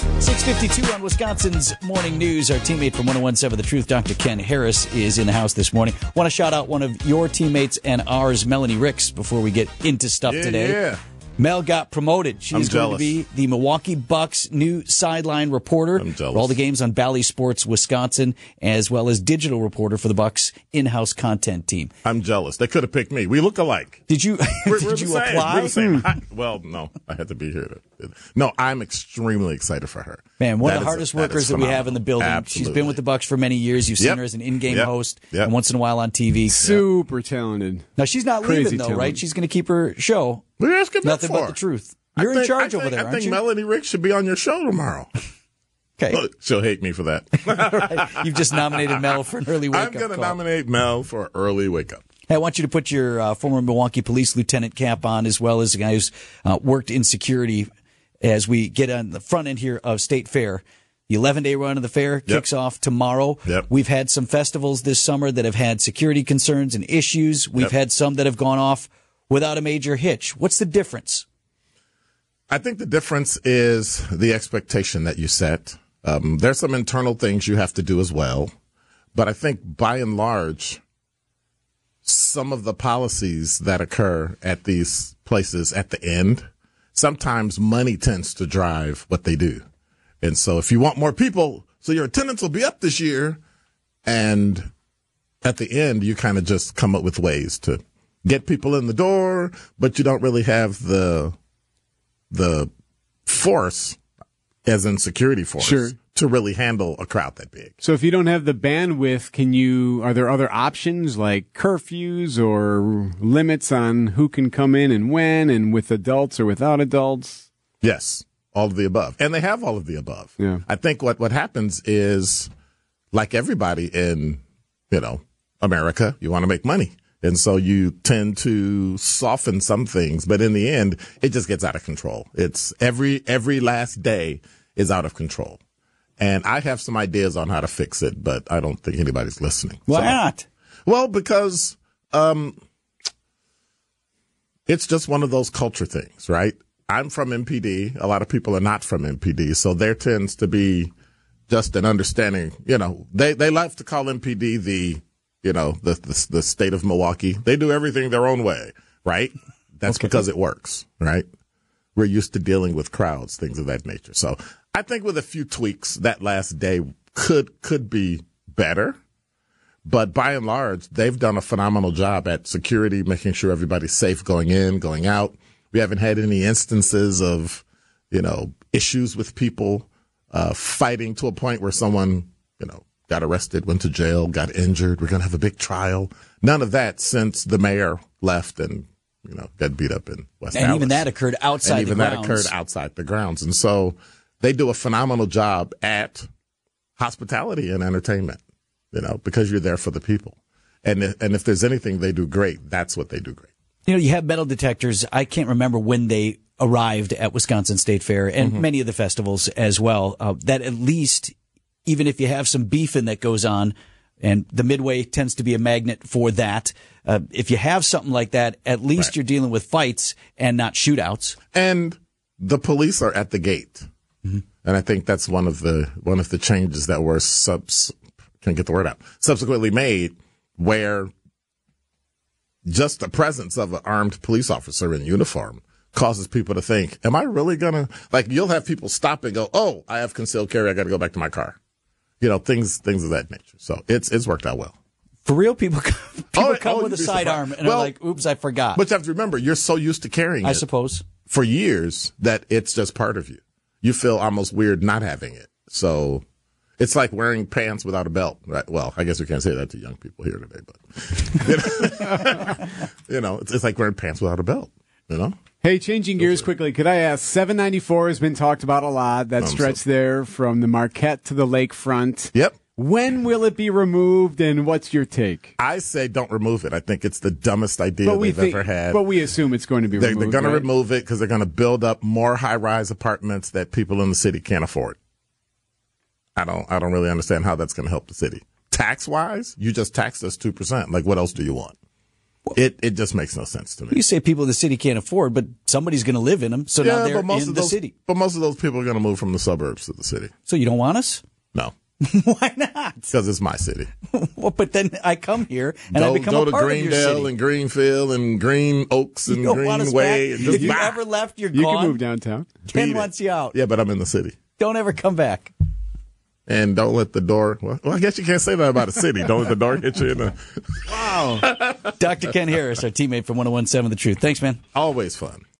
6.52 on Wisconsin's Morning News. Our teammate from 1017 The Truth, Dr. Ken Harris, is in the house this morning. Want to shout out one of your teammates and ours, Melanie Ricks, before we get into stuff Yeah, today. yeah. Mel got promoted. I'm She's going to jealous. be the Milwaukee Bucks new sideline reporter I'm jealous. for all the games on Bally Sports Wisconsin, as well as digital reporter for the Bucks in-house content team. I'm jealous. They could have picked me. We look alike. Did you We're, we're did the you Hmm. same. We're apply? the same. I- well, no, I had to be here. To, no, I'm extremely excited for her. Man, one of That the is- hardest that workers is that we have in the phenomenal. building. She's Absolutely. been with the Bucks for many years. You've seen Yep. her as an in-game Yep. host Yep. and once in a while on TV. Super talented. Now she's not Crazy leaving though, talent. right? She's going to keep her show. What are you asking that Nothing but for? the truth. I You're in think- charge I think- over there, I aren't think you? Melanie Ricks should be on your show tomorrow. Oh, okay, She'll hate me for that. you've just nominated Mel for an early I'm wake-up going to call. nominate Mel for early wake up. Hey, I want you to put your uh, former Milwaukee police lieutenant cap on, as well as a guy who's uh, worked in security. As we get on the front end here of State Fair, the 11 day run of the fair kicks off tomorrow. Yep. We've had some festivals this summer that have had security concerns and issues. We've had some that have gone off without a major hitch. What's the difference? I think the difference is the expectation that you set. Um, there's some internal things you have to do as well, but I think by and large, some of the policies that occur at these places at the end, sometimes money tends to drive what they do. And so if you want more people, so your attendance will be up this year. And at the end, you kind of just come up with ways to get people in the door, but you don't really have the the force, as in security force, Sure. to really handle a crowd that big. So if you don't have the bandwidth, can you? Are there other options like curfews or limits on who can come in and when, and with adults or without adults? Yes, all of the above, and they have all of the above. Yeah. I think what what happens is, like everybody in, you know, America, you want to make money, and so you tend to soften some things, but in the end, it just gets out of control. It's every every last day is out of control, and I have some ideas on how to fix it, but I don't think anybody's listening. Why So- not? well, because um, it's just one of those culture things, right? I'm from MPD. A lot of people are not from MPD, so there tends to be just an understanding. You know, they they like to call MPD the you know the the, the state of Milwaukee. They do everything their own way, right? That's because it works, right? We're used to dealing with crowds, things of that nature. So I think with a few tweaks, that last day could could be better but by and large, they've done a phenomenal job at security, making sure everybody's safe going in, going out. We haven't had any instances of, you know, issues with people uh, fighting to a point where someone, you know, got arrested, went to jail, got injured. We're going to have a big trial. None of that since the mayor left and, you know, got beat up in West And even Dallas that occurred outside and even the that grounds. occurred outside the grounds. And so they do a phenomenal job at hospitality and entertainment, you know, because you're there for the people. And if, and if there's anything they do great, that's what they do great. You know, you have metal detectors. I can't remember when they arrived at Wisconsin State Fair and Mm-hmm. many of the festivals as well. Uh, that at least, even if you have some beefing that goes on, and the midway tends to be a magnet for that. Uh, if you have something like that, at least you're dealing with fights and not shootouts. And the police are at the gate. And I think that's one of the one of the changes that were subs can't get the word out subsequently made where just the presence of an armed police officer in uniform causes people to think, am I really gonna like you'll have people stop and go, Oh, I have concealed carry, I gotta go back to my car. You know, things things of that nature. So it's it's worked out well. For real, people, people Oh, come oh, with a you'd be surprised. sidearm and Well, are like, oops, I forgot. But you have to remember, you're so used to carrying I it suppose. for years that it's just part of you. You feel almost weird not having it. So it's like wearing pants without a belt. Right? Well, I guess we can't say that to young people here today, but you know, you know, it's, it's like wearing pants without a belt. You know, Hey, changing gears quickly, could I ask? 794 has been talked about a lot. That stretch there from the Marquette to the lakefront. Yep. When will it be removed, and what's your take? I say don't remove it. I think it's the dumbest idea we they've ever had. but we assume it's going to be they, removed. they're going right? to remove it because they're going to build up more high-rise apartments that people in the city can't afford. I don't. I don't really understand how that's going to help the city tax-wise. You just taxed us two percent. Like, what else do you want? It it just makes no sense to me. You say people in the city can't afford, but somebody's going to live in them, so now they're in of the those, city. But most of those people are going to move from the suburbs to the city. So you don't want us? No, Why not? because it's my city. Well, but then I come here and I go become go a to part of your Greendale city. and Greenfield and Green Oaks and you don't want us Greenway. back. and just If you bah. ever left, you're You gone. can move downtown. Ken Beat it. wants you out. Yeah, but I'm in the city. Don't ever come back. And don't let the door. Well, well, I guess you can't say that about a city. Don't let the door get you in. A, Dr. Ken Harris, our teammate from 1017 The Truth. Thanks, man. always fun.